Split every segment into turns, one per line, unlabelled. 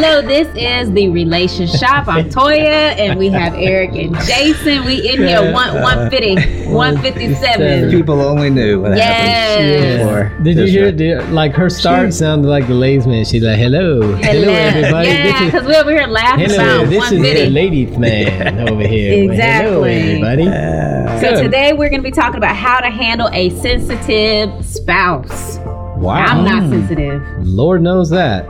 So this is the relationship shop. I'm Toya, and we have Eric and Jason. We in here one one fifty, one fifty seven.
People only knew what
Yes.
happened before.
Did you
this
hear?
one.
Did, like her start sounded like the ladiesman. She's like, "Hello, hello, everybody.
Yeah,
this
because
is,
we're over here laughing
hello,
about
this
one
is the
fifty.
ladies man over here. Well, hello,
Exactly.
everybody.
Uh,
So
Good.
today we're gonna be talking about how to handle a sensitive spouse.
Wow,
I'm
Oh.
not sensitive.
Lord knows that.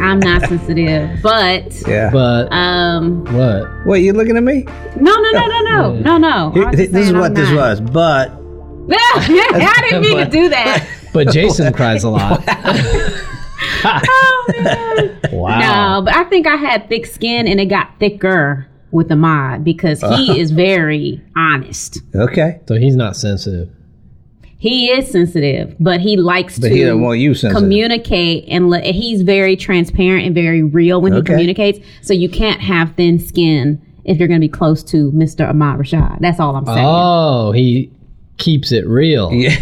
I'm not sensitive, but
yeah.
But
um,
what?
Wait, you looking at me?
no, no, no, no, no, no, no. I
Here-
was just
this is
saying
what
I'm
this
not.
was, but
I didn't mean to do that.
But Jason cries a lot.
Oh, man.
Wow.
No, but I think I had thick skin and it got thicker with Ahmad because
Uh.
he is very honest.
okay.
So he's not sensitive.
He is sensitive, but he likes
But
to
he didn't want you sensitive.
communicate and let, he's very transparent and very real when he
Okay.
communicates. So you can't have thin skin if you're going to be close to Mr. Ahmad Rashad. That's all I'm saying.
Oh, he keeps it real.
yeah.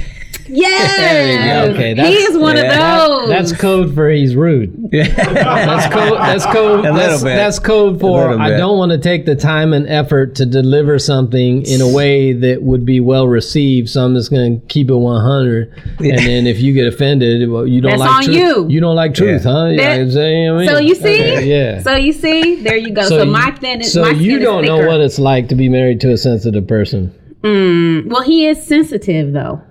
Yes.
There you go. Okay,
he
that's-
is one
yeah,
of those.
That's code for he's rude. That's code. That's code.
A little
that's,
bit.
that's code for
little
I
bit.
don't want to take the time and effort to deliver something in a way that would be well received. So I'm just going to keep it 100. And then if you get offended, well, you don't
That's
like
on
truth.
you.
don't like truth,
Yeah.
huh? Yeah.
That-
you see what I mean?
So you see?
Okay, yeah.
So you see? There you go. So,
you-
my thin is
so
my
you
skin
don't
is
know
thicker.
what it's like to be married to a sensitive person.
Well, he is sensitive though.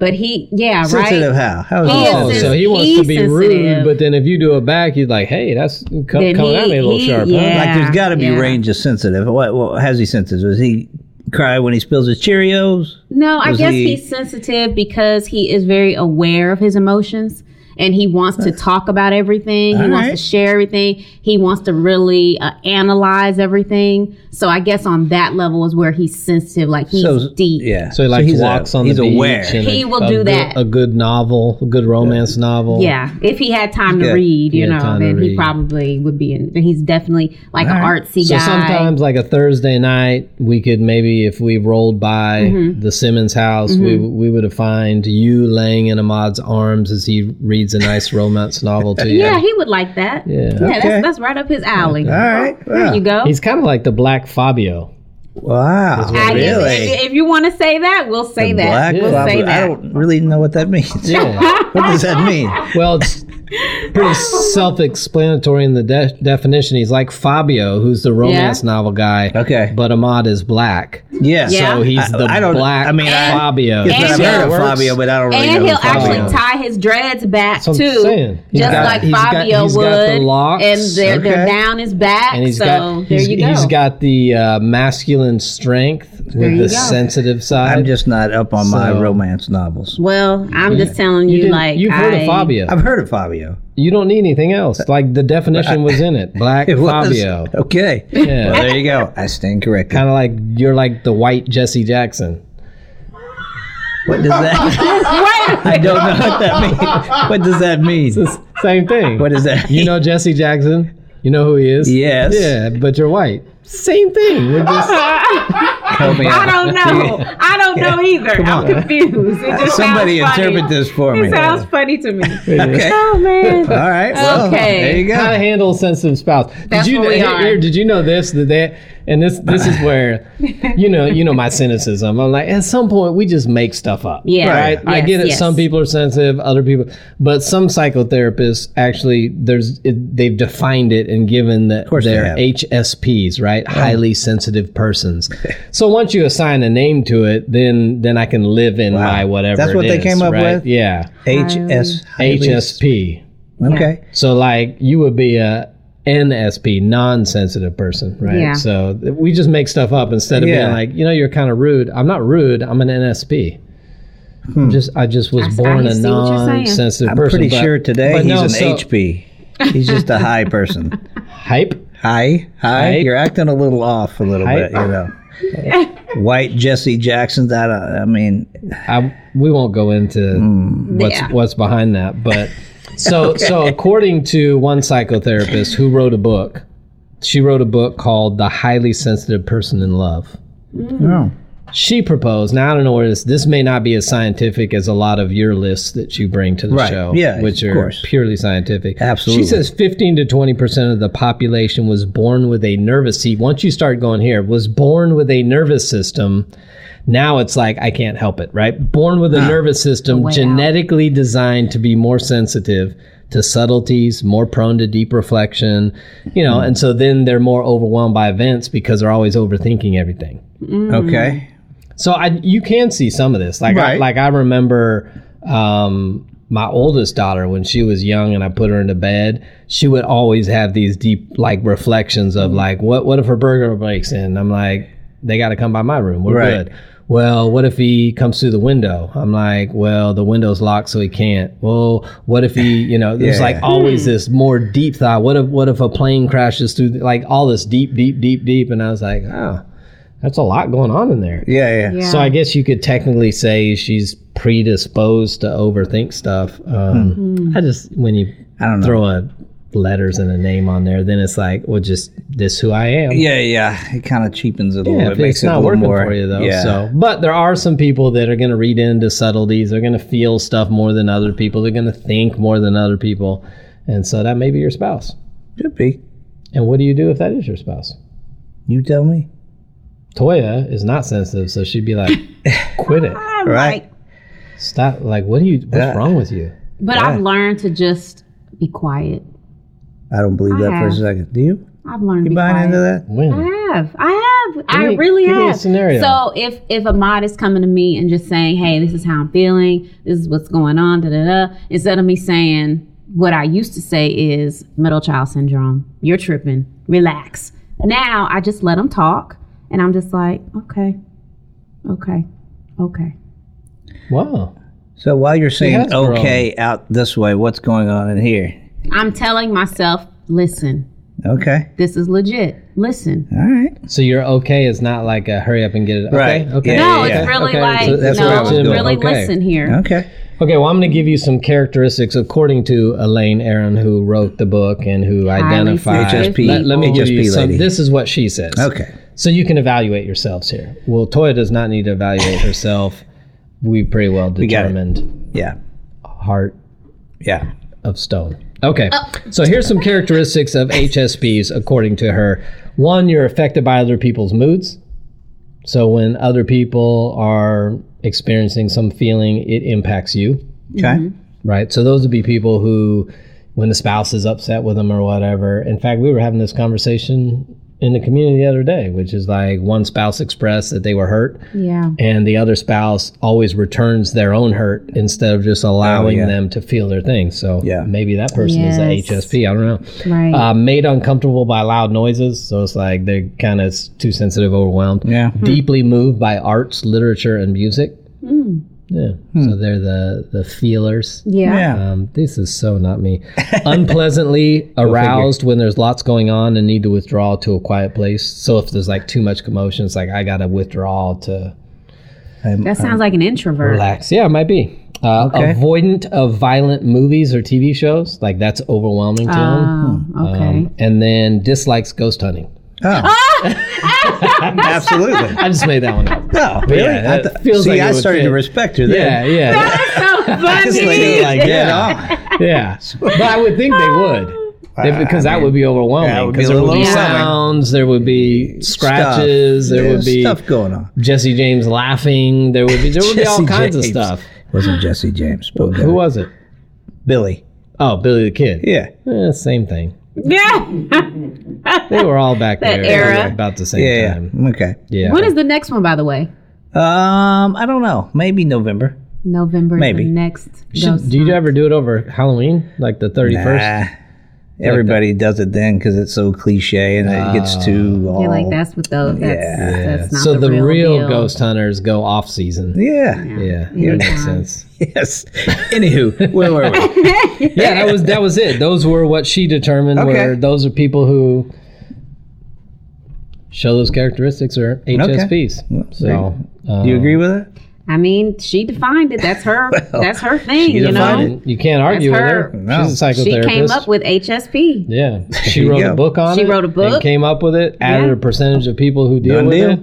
But he yeah,
Sensitive
right.
how? How is
He
he
is
Oh,
sen-
sensitive?
so he wants to
he's
be
sensitive.
rude, but then if you do it back, he's like, "Hey, that's come,
Then
coming at
he-
me a little
he-
sharp."
yeah.
Huh?
like there's got to be
yeah.
range of sensitive. What, what? How's he sensitive? Does he cry when he spills his Cheerios?
No, I
Was
guess
he-
he's sensitive because he is very aware of his emotions and he wants to talk about everything. He
All
wants to
right.
share everything. He wants to really uh, analyze everything. So I guess on that level is where he's sensitive. Like he's deep.
Yeah.
So he like
he's a-
walks on
he's
the beach.
aware.
and
He
a-
will
a
do
good-
that.
A good novel, a good romance novel.
Yeah, if he had time to
Yeah.
read, you
He had
know,
time to
then he
read.
probably would be in. He's definitely like an artsy
So
guy.
sometimes, like a Thursday night, we could maybe, if we rolled by
Mm-hmm.
the Simmons house, we we would have find you laying in Ahmad's arms as he reads a nice romance novel to you.
yeah, he would like that. Yeah,
Yeah.
Okay.
that's, that's right up his alley.
All right.
There you
Wow.
go.
He's kind of like the Black Fabio.
Wow.
I guess
really?
if, if you want to say that, we'll say that.
Black
we'll
Bob-
say that.
I don't really know what that means.
Yeah.
what does that mean?
Well, it's pretty self-explanatory in the de- definition. He's like Fabio, who's the romance
Yeah.
novel guy.
Okay.
but Ahmad is black,
Yeah.
Yeah.
so he's
I-
the
I don't-
black
I mean, I-
Fabio.
Yes,
And
I've heard of
he'll-
Fabio, but I don't really
and
know
he'll
who Fabio
actually
is.
tie his dreads back
That's what I'm
too,
saying. He's
just
got-
like
he's got-
Fabio
he's
would.
got the locks.
And their their
Okay.
down is back.
and he's
so
got
there
he's,
you go.
he's got the uh, masculine strength with
you
the
go.
sensitive side.
I'm just not up on my
So-
romance novels.
well, I'm just telling you,
didn't-
like
you've heard
I-
of Fabio.
I've heard of Fabio.
You don't need anything else. Like the definition was in it. Black
It was-
Fabio.
Okay.
Yeah.
Well, there you go. I stand corrected.
Kind of like you're like the white Jesse Jackson.
What does that?
Wait,
I don't know what that means. What does that mean?
Same thing.
What does that?
You know Jesse Jackson? You know who he is?
Yes.
Yeah, but you're white. Same thing. We're just
Help me
I
out.
don't know. I don't know either. I'm confused. It just
Somebody
sounds funny.
interpret this for me.
It sounds funny to me.
Okay. All
Oh man.
right. Well,
Okay.
There you
how to
go.
handle sensitive spouse. Did
That's
you
what we
here-
are.
here, did you know this that they and this this is where you know you know my cynicism. I'm like at some point we just make stuff up.
Yeah.
Right. I
Yes,
get it.
yes.
Some people are sensitive, other people but some psychotherapists actually there's it, they've defined it and given that
course they
they're
have.
HSPs, right? Highly sensitive persons. so once you assign a name to it, then then I can live in my whatever.
That's what
it
they
is,
came up
right?
with?
Yeah.
HS.
HSP.
Okay.
So like you would be a NSP, non-sensitive person, right?
Yeah.
So th- we just make stuff up instead of
Yeah.
being like, you know, you're kind of rude. I'm not rude. I'm an NSP. I'm just I just was
I s- I
born a
see what you're saying.
non-sensitive
Hmm. I'm
person.
pretty
but-
sure today
but
he's
no,
an
so-
HP. He's just a high person.
Hype.
Hi, hi.
Hi.
You're acting a little off a little
Hi.
bit, you know. White Jesse Jackson's out. I mean,
I, we won't go into
Mm.
what's
Yeah.
what's behind that, but so so according to one psychotherapist who wrote a book,
Mm.
she wrote a book called "The Highly Sensitive Person in Love."
no.
She proposed. Now I don't know where this. This may not be as scientific as a lot of your lists that you bring to the
Right.
show,
Yeah,
which
of
are
course.
purely scientific.
Absolutely.
She says 15 to 20 percent of the population was born with a nervous. See, once you start going here, was born with a nervous system. Now it's like I can't help it, right? Born with a nervous system
way out.
genetically designed to be more sensitive to subtleties, more prone to deep reflection, you know, and so then they're more overwhelmed by events because they're always overthinking everything.
Okay.
So I you can see some of this. Like I,
Right.
like I remember um, my oldest daughter when she was young and I put her into bed, she would always have these deep like reflections
Mm-hmm.
of like what what if her burger breaks in? I'm like they got to come by my room. We're
Right.
good. Well, what if he comes through the window? I'm like, well, the window's locked, so he can't. Well, what if he, you know, there's
Yeah.
like always this more deep thought. What if, what if a plane crashes through, the, like all this deep, deep, deep, deep? And I was like, oh, that's a lot going on in there.
Yeah, yeah.
Yeah.
So I guess you could technically say she's predisposed to overthink stuff. Um, I just when you
Hmm. I don't know.
throw a letters and a name on there, then it's like, well, just this who I am.
Yeah, yeah. It kind of cheapens it a
Yeah,
little
if
bit. Makes
it's
it a
not
little
working
more.
for you though.
yeah.
So, but there are some people that are going to read into subtleties. They're going to feel stuff more than other people. They're going to think more than other people, and so that may be your spouse.
Could be.
And what do you do if that is your spouse?
You tell me.
Toya is not sensitive, so she'd be like, "Quit it,
I'm
Right.
like,
stop! Like, what do you? What's
Yeah.
wrong with you?"
but I've learned to just be quiet.
I don't believe that for a
have.
second. Do you?
I've learned to
You
be
buying
quiet.
into that?
When?
I have. I have. I
me-
really
give me a
have.
scenario.
So if if Ahmad is coming to me and just saying, "Hey, this is how I'm feeling. This is what's going on," da da da, instead of me saying what I used to say is middle child syndrome. You're tripping. Relax. Now I just let him talk, and I'm just like, okay, okay, okay.
Wow.
So while you're
has
saying
grown.
okay out this way, what's going on in here?
I'm telling myself, listen,
Okay.
this is legit. Listen.
All right.
So your okay is not like a hurry up and get it. Okay.
Right.
Okay.
Yeah,
No,
yeah, yeah.
it's really
Okay,
like
so that's where I
no,
was going.
really
Okay.
listen here.
Okay.
Okay. Well, I'm going to give you some characteristics according to Elaine Aaron, who wrote the book and who identified.
sensitive
Let, let me give you
HSP
some.
lady.
This is what she says.
Okay.
So you can evaluate yourselves here. Well, Toya does not need to evaluate herself. We pretty well
got it.
determined
Yeah.
heart
Yeah.
of stone. Okay. So here's some characteristics of HSPs according to her. One, you're affected by other people's moods. So when other people are experiencing some feeling, it impacts you,
Okay.
right? So those would be people who when the spouse is upset with them or whatever. In fact, we were having this conversation in the community the other day, which is like one spouse expressed that they were hurt
Yeah.
and the other spouse always returns their own hurt instead of just allowing
Oh, yeah.
them to feel their thing. So
Yeah.
maybe that person
Yes.
is a HSP. I don't know.
Right.
Uh, made uncomfortable by loud noises. So it's like they're kind of too sensitive, overwhelmed.
Yeah.
Hmm.
Deeply moved by arts, literature, and music. Yeah.
Hmm.
So they're the, the feelers.
Hmm. yeah.
Yeah.
Um, this is so not me. Unpleasantly aroused when there's lots going on and need to withdraw to a quiet place. So if there's like too much commotion, it's like I gotta withdraw to
Um,
That sounds like an introvert.
Relax. Yeah, it might be. Uh,
Okay.
Avoidant of violent movies or TV shows. Like, that's overwhelming to him.
Oh, okay.
Um, and then dislikes ghost hunting.
Oh, absolutely.
I just made that one up.
No, really.
Yeah,
I
that
th-
feels
see,
like it
I
would
started
fit.
to respect her
Yeah,
there.
yeah.
so
Just like,
funny.
you're like,
Yeah.
yeah.
yeah. But I would think they would. They- because that would be
Ah, that
overwhelming.
would be
Because
a
there would
little
be
overwhelming.
sounds, there would be scratches, there would
There's
be
stuff going on.
Jesse James laughing, there would be there would be all
Jesse
kinds
James.
of stuff.
Wasn't Jesse James? But
Who was it?
Billy?
Oh, Billy the Kid.
Yeah.
Eh, same thing.
Yeah.
They were all back
That
there
era.
about the same
Yeah.
time.
yeah. Okay.
Yeah.
What is the next one, by the way?
Um, I don't know. Maybe November.
November. is
Maybe.
The next.
Should,
ghost
do you
hunt.
ever do it over Halloween, like the thirty first?
Nah. Everybody does it then because it's so cliche and it gets too
Ah.
all.
You're like that's with those. That's,
Yeah.
that's not
so the, real,
deal.
ghost hunters go off season.
Yeah.
Yeah,
Yeah.
that makes sense.
Yes. Anywho, where were we?
Yeah, that was that was it. Those were what she determined
Okay.
were those are people who show those characteristics or HSPs. So um,
Do you agree with it?
I mean, she defined it. That's her. that's her thing. You
defined
know,
You can't argue with her.
her.
No.
She's a psychotherapist.
she came up with HSP.
Yeah, she
you
wrote a
go.
book on
She
it.
wrote a
and
book.
came up with it. Added
Yeah.
a percentage of people who deal
Done
with
deal.
it.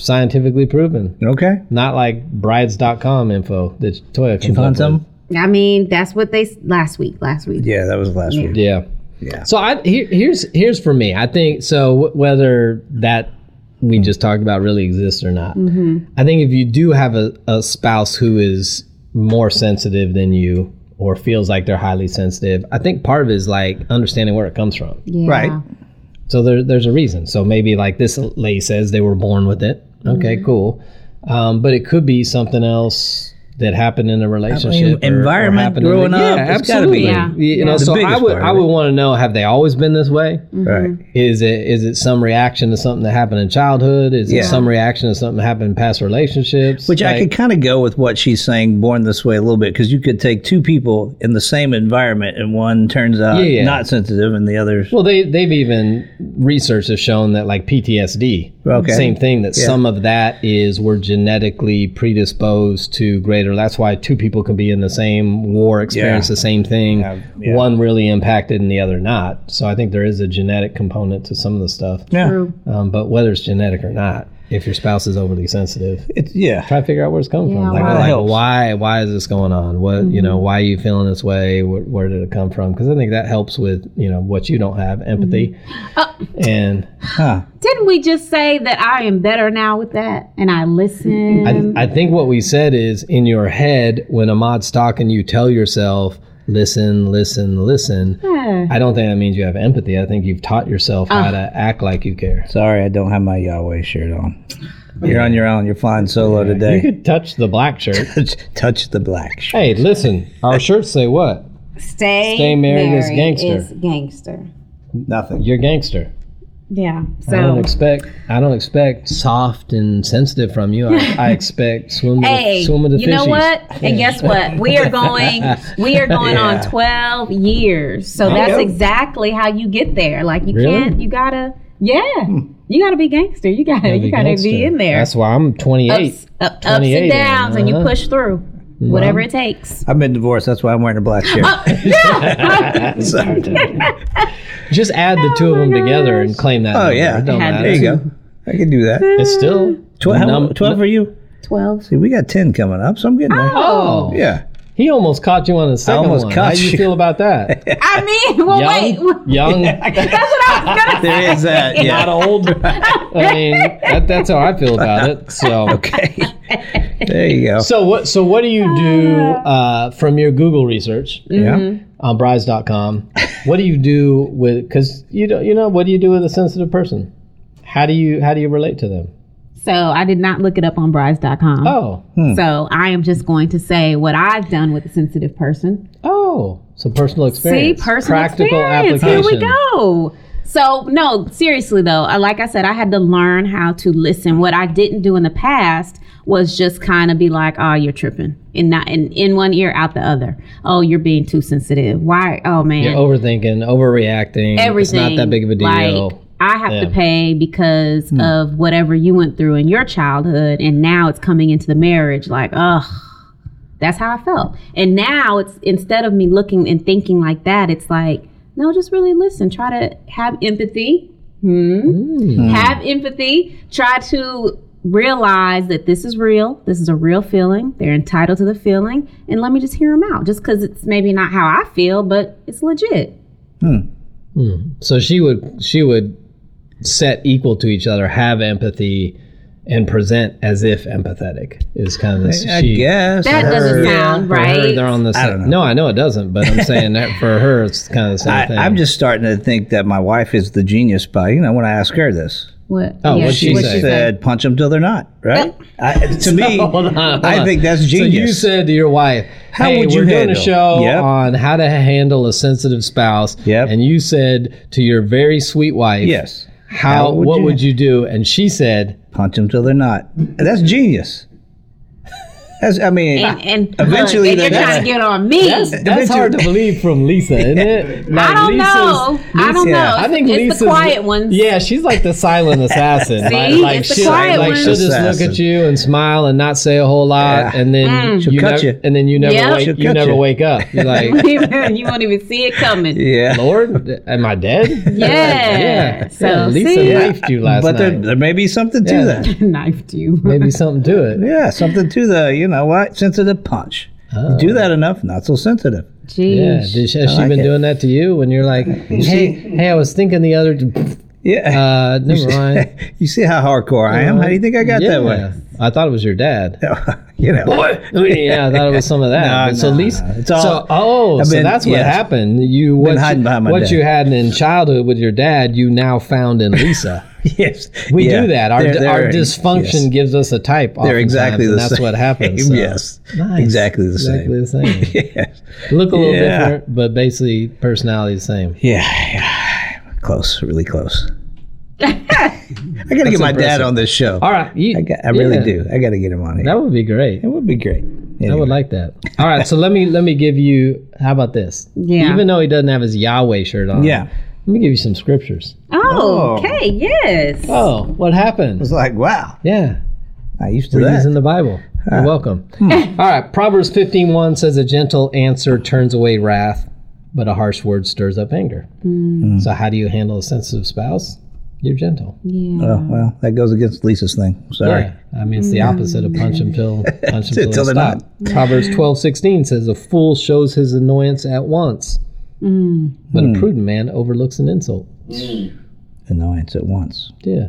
scientifically proven.
Okay.
Not like brides.com info that Toya
You
can
found some?
I mean, that's what they s- last week. Last week.
Yeah, that was last week.
Yeah.
Yeah.
So I here, here's here's for me. I think so w- whether that we just talked about really exists or not. I think if you do have a, a spouse who is more sensitive than you or feels like they're highly sensitive, I think part of it is like understanding where it comes from.
Yeah.
Right.
So there, there's a reason. So maybe like this lady says they were born with it. Okay,
Mm-hmm.
cool. Um, but it could be something else that happened in a relationship, or- or
environment
happened in
growing
the-
up,
Yeah,
it's gotta
absolutely.
be.
Yeah.
You know,
The
so I
biggest
would
part Mm-hmm.
I
of
would
it.
want to know have they always been this way?
Right.
Is it is it some reaction to something that happened in childhood? Is
Yeah.
it some reaction to something that happened in past relationships?
Which I
Like,
could kind of go with what she's saying, born this way a little bit, because you could take two people in the same environment and one turns out
Yeah, yeah.
not sensitive and the other's.
Well, they they've even research has shown that like PTSD,
Okay.
same thing. That
Yeah.
some of that is we're genetically predisposed to greater. That's why two people can be in the same war, experience
Yeah.
the same thing.
Yeah, yeah.
One really impacted and the other not. So I think there is a genetic component to some of the stuff.
yeah.
True.
Um, but whether it's genetic or not, if your spouse is overly sensitive,
It's, yeah.
try to figure out where it's coming
Yeah,
from. Like,
why? Mm-hmm.
like,
Helps.
why why is this going on? What you know? Why are you feeling this way? Where, where did it come from? Because I think that helps with you know what you don't have empathy,
Mm-hmm. Uh,
and
Huh.
Didn't we just say that I am better now with that, and I listen?
I, I think what we said is in your head when Ahmad's talking, you tell yourself listen, listen, listen.
Yeah.
I don't think that means you have empathy. I think you've taught yourself
Ah.
how to act like you care.
Sorry, I don't have my Yahweh shirt on. You're on your own. You're flying solo
You
today.
could touch the black shirt.
Touch the black shirt.
hey, listen, our shirts say what?
stay,
Stay married is gangster.
is gangster.
Nothing.
You're gangster.
Yeah.
I don't
So
expect. I don't expect soft and sensitive from you. I, I expect swim with,
hey,
swim with the
you know
fishies.
what? And guess what? We are going. We are going on
Yeah.
twelve years. So that's
go.
exactly how you get there. Like you
Really? Hmm.
can't. You gotta. Yeah. You gotta be gangster. You gotta.
Gotta
You gotta
gangster.
be in there.
That's why I'm 28.
ups, up, ups
28
and
and,
downs, and you
uh-huh.
push through whatever it takes.
I've been divorced. That's why I'm wearing a black shirt. Sorry.
Just add
Oh
the two of them together and claim that.
Oh
number.
yeah.
It don't
Had
matter.
There you go. I can do that.
It's still
Tw- how-
num-
Twelve for you.
Twelve.
See, we got ten coming up, so I'm getting there.
Oh,
Yeah.
He almost caught you on the second
almost
one.
caught
How do you,
you.
feel about that?
I mean, well, wait.
young, young,
That's what I was gonna say.
There is that. Yeah.
not old. I mean, that, that's how I feel about it. So.
Okay. there you go.
So what? So what do you do uh, from your Google research?
yeah.
on brides.com. What do you do with because you don't you know what do you do with a sensitive person? How do you how do you relate to them?
So I did not look it up on brides.com.
Oh
So I am just going to say what I've done with a sensitive person.
oh, so personal experience,
See, personal
practical
experience. Here
application.
we go. So no, seriously though, I- like I said, I had to learn how to listen. What I didn't do in the past was just kind of be like, "Oh, you're tripping," and not and in one ear out the other. Oh, you're being too sensitive. Why? Oh man,
You're overthinking, overreacting.
everything.
It's not that big of a deal.
Like, I have to
Yeah. Hmm.
pay because of whatever you went through in your childhood, and now it's coming into the marriage. Like, ugh, that's how I felt. And now it's instead of me looking and thinking like that, it's like, no, just really listen. Try to have empathy. Hmm. Have empathy. Try to realize that this is real. This is a real feeling. They're entitled to the feeling, and let me just hear them out. Just because it's maybe not how I feel, but it's legit.
so she would she would set equal to each other, have empathy, and present as if empathetic is kind of the
I
she,
guess.
That doesn't
Or-
sound
For her,
right.
they're on the
I
same.
don't
No, I know it doesn't, but I'm saying that for her, it's kind of the same
I,
thing.
I'm just starting to think that my wife is the genius by, you know, when I ask her this.
What?
Oh, what'd
She,
She
said,
said-
punch them till they're not, right? I, to me,
Hold on, hold
I
on.
think that's genius.
So you said to your wife,
How
"Hey,
would you
we're doing a
handle?"
show
Yep.
on how to handle a sensitive spouse."
Yep.
And you said to your very sweet wife,
yes.
how,
How would
what
you-
would you do?" And she said,
Punch them till they're not. That's genius. That's, I mean,
And, and
Eventually
look, and
they-
they're trying to get on me.
That's, that's hard to believe from Lisa, isn't it? Like,
I don't
Lisa's-
know. I don't
Lisa-
know.
I think
it's
Lisa's
the quiet ones.
Yeah, she's like the silent assassin.
See?
like, like
It's the
she'll,
quiet
like
ones.
she'll just
Assassin.
look at you and smile and not say a whole lot,
Yeah.
and
Mm.
then
She'll
you
cut
nev-
you.
and then you never
Yeah.
wake,
She'll
you
cut
never
you.
wake up. You're like,
you won't even see it coming.
yeah.
Lord, am I dead?
Yeah.
yeah.
So,
yeah. Lisa
see?
knifed you last
but there,
night.
there may be something
Yeah.
to that.
Knifed you.
Maybe something to it.
Yeah, something to the, you know what, sensitive punch. You
Oh.
do that enough, not so sensitive.
Yeah,
Jeez.
Did she, has
I
she
like
been
it.
doing that to you when you're like, hey, hey, I was thinking the other,
Yeah.
uh, never mind.
you see how hardcore I am? How do you think I got that way?
I thought it was your dad.
you know.
yeah, I thought it was some of that.
No,
But so
no,
Lisa,
no. It's all-
so oh,
I've
so
been-
that's what
yes.
happened. You what,
hiding
you,
behind my
what
dad.
you had in childhood with your dad, you now found in Lisa.
Yes.
We
Yeah.
do that. Our,
They're-
our
they're-
dysfunction
yes.
gives us a type.
They're exactly
oftentimes,
the
and That's
same.
what happens. so.
yes.
Nice.
Exactly the
Exactly
same.
the same.
Yes.
Look a little
Yeah.
different, but basically personality the same.
Yeah, yeah. Close, really close. I got to get my dad
impressive.
on this show.
All right, you,
I, got, I really
yeah.
do. I got to get him on here.
That would be great.
it would be great.
I would like that. All right, so let me let me give you. How about this?
Yeah.
Even though he doesn't have his Yahweh shirt on,
Yeah.
Let me give you some scriptures.
Oh,
Oh.
okay. Yes.
Oh, what happened?
It's like, wow.
Yeah,
I used to
we're
that. Ah.
using the Bible. You're welcome. All right, Proverbs 15:1 says, "A gentle answer turns away wrath, but a harsh word stirs up anger." So how do you handle a sensitive spouse? You're gentle.
Yeah.
Oh, well, that goes against Lisa's thing. Sorry.
Yeah, I mean it's the opposite of punch and pill, punch and pill
Till
and
they're
stop. Proverbs twelve sixteen says, "A fool shows his annoyance at once, but
Hmm.
a prudent man overlooks an insult."
Annoyance at once.
Yeah,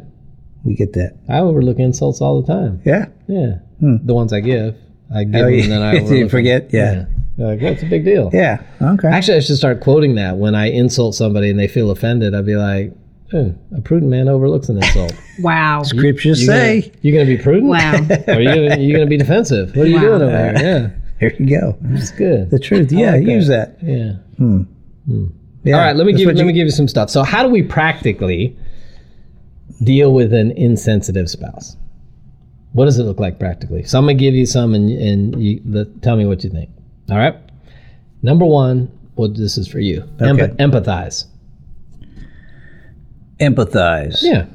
We get that.
I overlook insults all the time.
Yeah.
Yeah, the ones I give, I give
Hmm. Oh,
them,
you,
and then I overlook.
you
them.
forget? Yeah.
Yeah, They're like that's a big deal.
Yeah. Okay.
Actually, I should start quoting that when I insult somebody and they feel offended. I'd be like, "Eh, "A prudent man overlooks an insult."
Wow.
Scriptures say.
you gonna be prudent?
Wow.
Or are you gonna, you gonna be defensive? What are you
Wow.
doing over here? Yeah,
There you go.
it's good.
The truth. Yeah.
like
use that.
Yeah.
Yeah.
All right, let me
That's
give
what
let
you-
me give you some stuff. So, how do we practically deal with an insensitive spouse? What does it look like practically? So, I'm gonna give you some, and and you, let, tell me what you think. All right. Number one, well, this is for you. Emp-
Okay.
empathize.
empathize.
Yeah,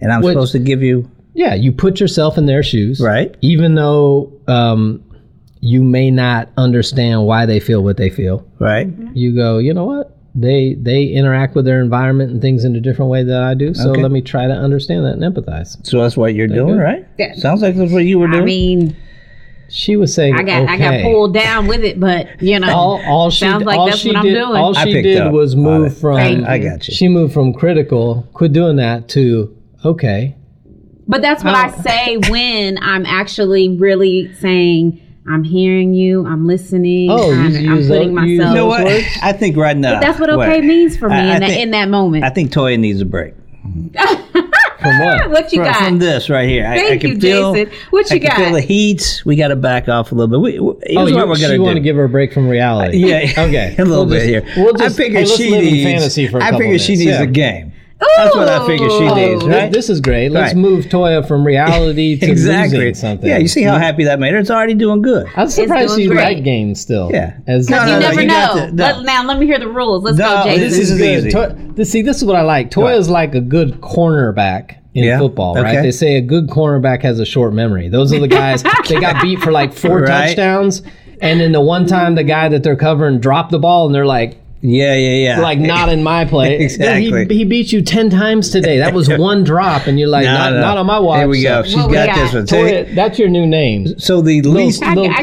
And I'm
Which-
supposed to give you
yeah. You put yourself in their shoes,
right.
Even though um, you may not understand why they feel what they feel.
Right.
you go, you know what? They they interact with their environment and things in a different way than I do. So
Okay.
let me try to understand that and empathize.
So that's what you're doing,
good.
right?
Yeah.
Sounds like that's what you were doing.
I mean,
She was saying,
I got I got
okay. Oh,
pulled down with it, but you know,
All, all she
sounds like
all
that's
she
what I'm
did,
doing.
all
I
she
picked
did
up
was
on
move
it.
from
Thank you.
I got you.
she moved from critical, quit doing that to okay.
But that's what
Oh.
I say when I'm actually really saying, I'm hearing you, I'm listening,
Oh, you
I'm, I'm
use
putting
tho- you
myself.
use
you know
those
what?
words?
I think right now.
That's what okay
wait.
means for me
I- I
in, that,
think-
in that moment.
I think Toya needs a break.
From what?
what you
From,
got?
from this right here. I, I
Thank
can
you,
feel,
Jason. What you
I can feel
got?
the heat. We got to back off a little bit. We, we, here's
oh, you,
what we're
she
going
want
to
to
do.
give her a break from reality.
yeah,
Okay.
a
We'll
little
just-
bit here.
We'll just,
I figure
hey, let's
she
live in
needs.
fantasy for a
I
couple
figure she
minutes.
needs
Yeah.
a game. That's what I figured she
Ooh.
needs,
Oh,
right?
This is great. Let's
Right.
move Toya from reality to
exactly.
losing something.
Yeah, you see how happy that made her. It's already doing good.
I'm surprised
doing
she's
great.
like games still.
Yeah.
As uh,
No,
you
no, no,
never
you
know.
got to- no.
Let- now let me hear the rules. Let's
No,
go, Jason.
this is-
good.
easy.
To- this- see, this is what I like. Toya is like a good cornerback in
Yeah,
football, right?
okay.
They say a good cornerback has a short memory. Those are the guys they got beat for like four
Right.
touchdowns, and then the one time the guy that they're covering dropped the ball, and they're like.
Yeah, yeah, yeah.
Like not in my play.
Exactly.
Dude, He, he beat you ten times today. That was one drop, and you're like,
No,
not,
no.
not on my watch.
Here we go.
So,
She's
What
got,
we got?
this one. See?
Toya, that's your new name.
So the least.
I,
little
got- I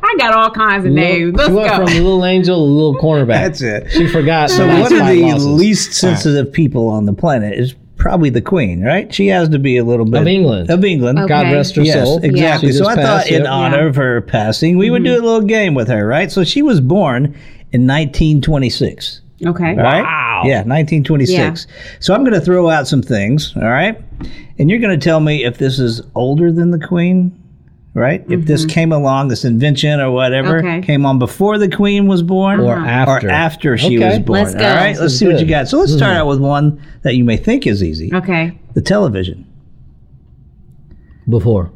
Got, I got all kinds of names. Let's
she went
go.
from little angel to little cornerback.
That's it.
She forgot.
So
the last
one of
five
the
losses.
least sensitive people on the planet is probably the queen, right? She has to be a little bit
Of England.
Of England.
Okay.
God rest her
Yes,
soul.
exactly.
She
So I
just
thought,
passed,
in
yep. Mm-hmm.
honor of her passing, we would do a little game with her, right? So she was born in 1926.
Okay.
All right.
Wow.
Yeah, 1926. So I'm going to throw out some things. All right. And you're going to tell me if this is older than the Queen, right? If this came along, this invention or whatever
Mm-hmm. Okay.
came on before the Queen was born
Or after.
or after she
Okay.
was born.
Let's go.
All right. Let's see what you
good. Mm-hmm.
got. So let's start out with one that you may think is easy
Okay.
the television.
Before.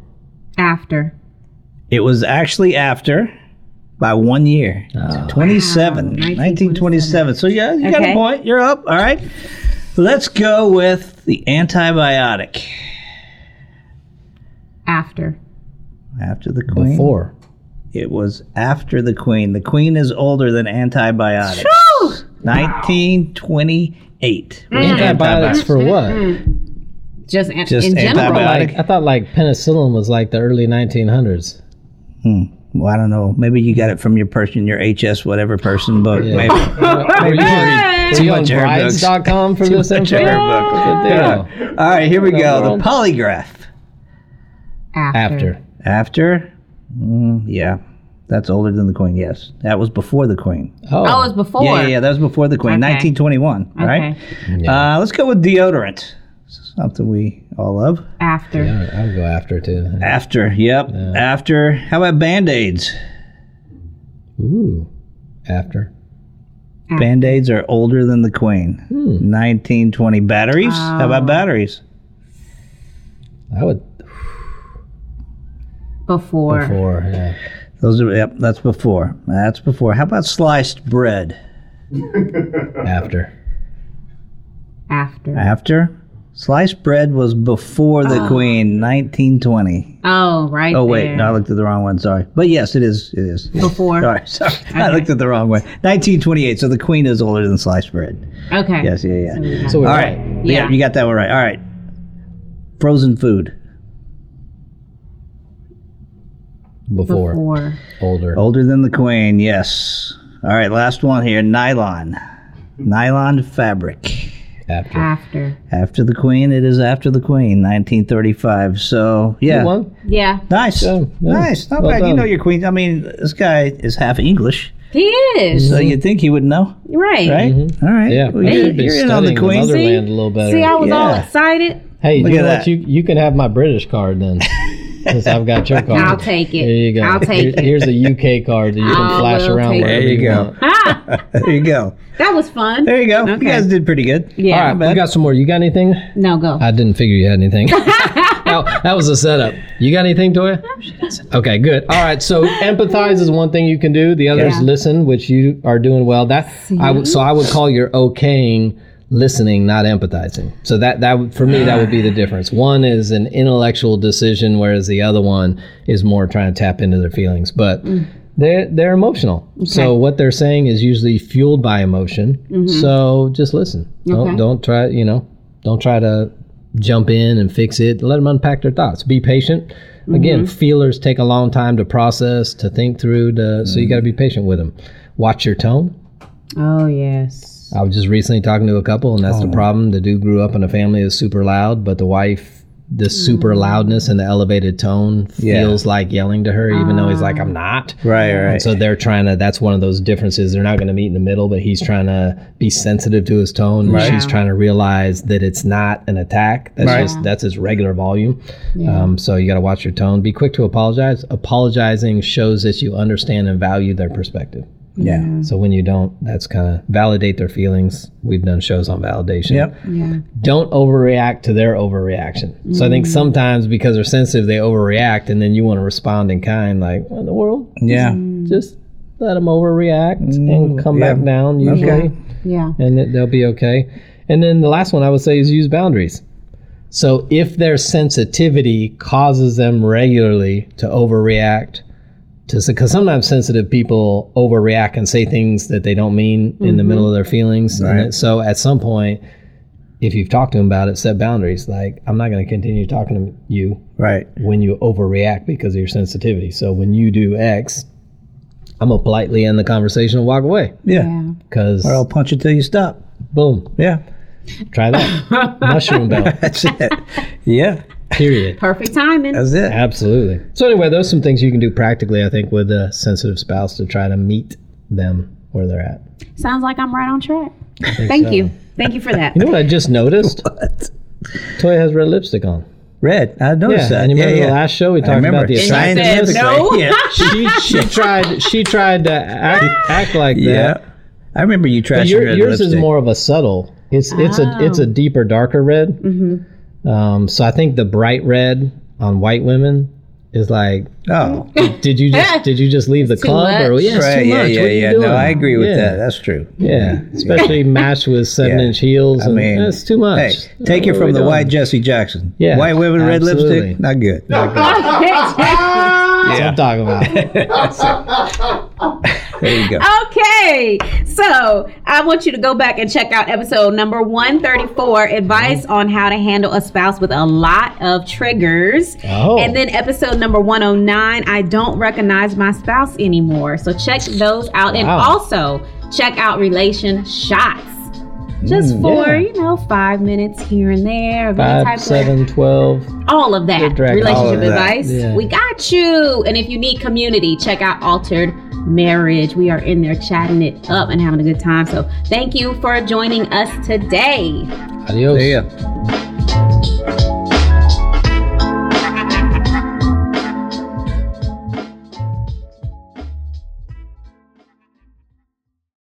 After.
It was actually after by one year.
Oh.
27, 1927.
1927.
So, yeah, you got a
Okay.
point. You're up. All right. Let's go with the antibiotic
After.
after the queen.
Before.
It was after the queen. The queen is older than antibiotics. 1928. was
Antibiotics for what?
Just, an-
Just
in general.
antibiotic.
Like I thought, like penicillin was like the early 1900s.
Well, I don't know. Maybe you got it from your person, your HS whatever person book. Maybe.
Were you, were you on
much herb books.
brides.com for this info?
Chair book.
Good deal.
All right, here we go. The polygraph.
After.
After.
After? Mm, yeah. That's older than the queen, yes. That was before the queen.
Oh, it was before.
Yeah, yeah, yeah. That was before the queen,
Okay.
1921,
Okay.
right? Uh, let's go with deodorant. Something we all love.
After.
Alright, I would go after too.
After, yep. After. How about band aids?
Ooh, after.
Band aids are older than the queen. 1920. Batteries? How
Oh.
about batteries?
I would
Before.
before. Yeah.
Those are, yep, that's before. That's before. How about sliced bread?
After.
After.
After? Sliced bread was before the queen, 1920.
Oh, right.
Oh wait,
there.
no, I looked at the wrong one. Sorry, but yes, it is. It is.
Before.
Sorry, sorry, I looked at the wrong one. 1928. So the Queen is older than sliced bread.
Okay.
Yes, yeah, yeah.
So we're
All
right.
right, yeah.
Yeah.
you got that one right. All right, frozen food
Before.
Before.
Older.
older than the Queen. Yes. All right, last one here. Nylon, nylon fabric.
After.
After.
After the Queen, it is after the Queen, 1935. So yeah,
Good One.
Yeah.
nice,
Yeah, yeah.
nice, not
Well
bad. You
done.
know your Queen. I mean, this guy is half English,
He is.
Mm-hmm.
so you'd think he would know.
right.
right? All right.
Yeah.
Well,
I
you're,
should be
you're in on
studying
the
the
Queen.
mother-
See?
Motherland a little better.
See, I was all
Yeah.
excited.
Hey,
Look
you
at
know what?
that.
You you can have my British card then, since I've got your card.
I'll take it.
There you go.
I'll take
Here-
it.
Here's a UK card that you can
I
flash
will
around
take
wherever
it. There you go.
want.
Ah,
there you go.
that was fun.
There you go. You
Okay.
guys did pretty good.
Yeah.
All right,
bad.
we got some more. You got anything?
No, go.
I didn't figure you had anything. that, that was a setup. You got anything, Doya? Okay, good. All right. So empathize is one thing you can do. The other is
Yeah.
listen, which you are doing well. That I would so I would call your okaying listening, not empathizing. So that that would- for me that would be the difference. One is an intellectual decision, whereas the other one is more trying to tap into their feelings. But they're they're emotional. So what they're saying is usually fueled by emotion. So just listen. Don't
Okay.
don't try you know don't try to jump in and fix it. Let them unpack their thoughts. Be patient.
Mm-hmm.
Again, feelers take a long time to process, to think through. To,
Mm-hmm.
so you got to be patient with them. Watch your tone.
Oh yes.
I was just recently talking to a couple, and
Oh,
that's the problem. The dude grew up in a family that's super loud, but the wife, the super loudness and the elevated tone
Mm. Yeah.
feels like yelling to her, even though he's like, I'm not.
Right, right.
And so they're trying to, that's one of those differences. They're not going to meet in the middle, but he's trying to be sensitive to his tone. And she's trying to realize that it's not an attack. That's
Right.
just, that's his regular volume. Um, so you got to watch your tone. Be quick to apologize. Apologizing shows that you understand and value their perspective.
yeah.
So when you don't, that's kind of validate their feelings. We've done shows on validation.
Yep.
Yeah.
Don't overreact to their overreaction. So I think sometimes because they're sensitive, they overreact, and then you want to respond in kind, like what in the world,
Yeah.
Mm. just let them overreact and come
Mm, yeah.
back down usually,
Okay.
Yeah.
and it, they'll be okay. And then the last one I would say is use boundaries. So if their sensitivity causes them regularly to overreact, to because sometimes sensitive people overreact and say things that they don't mean in the middle of their feelings. And
Mm-hmm. Right.
it- so at some point, if you've talked to them about it, set boundaries. Like I'm not going to continue talking to you
Right.
when you overreact because of your sensitivity. So when you do X, I'm gonna politely end the conversation and walk away
Yeah.
Yeah.
because
Or I'll punch you till you stop.
boom,
Yeah.
try that mushroom belt.
That's it. yeah.
Period.
Perfect timing.
That's it.
Absolutely. So anyway, those are some things you can do practically, I think, with a sensitive spouse to try to meet them where they're at.
Sounds like I'm right on track. Thank you. Thank you for that.
You know what I just noticed? Toya has red lipstick on.
Red. I
Yeah,
noticed that.
and you
yeah,
remember
yeah.
the last show we
I
talked
remember
about the attraction.
scientifically.
no.
Yeah.
She, she tried she tried to act, act like that.
yeah. I remember you trashing
Your,
red
yours
lipstick.
is more of a subtle. It's it's a it's
Oh.
a deeper,
Mm-hmm.
darker red. Um, so I think the bright red on white women is like,
Oh,
did you just did you just leave the
Too
club or
much.
yeah, it's
right.
too
Yeah,
much.
yeah,
What are you
yeah.
doing?
No, I agree with
Yeah.
that. That's true.
Yeah, especially matched with seven
Yeah.
inch heels.
I
And,
mean,
that's too
Hey,
much.
take
What
it
are
from
we
the
doing?
white Jesse Jackson.
Yeah,
White women, red
absolutely.
lipstick, not good.
That's
Yeah.
what I'm talking about.
There you go.
Okay, so I want you to go back and check out episode number 134
Mm-hmm.
advice on how to handle a spouse with a lot of triggers.
Oh.
And then episode number 109 I don't recognize my spouse anymore. So check those out and
Wow.
also check out relation shots. Just for,
Mm, yeah.
you know, five minutes here and there of any type
Five,
of-
seven, twelve.
all of that
drag
relationship
all of that.
advice
Yeah.
we got you and if you need community check out altered marriage we are in there chatting it up and having a good time so thank you for joining us today
Adios.
See ya.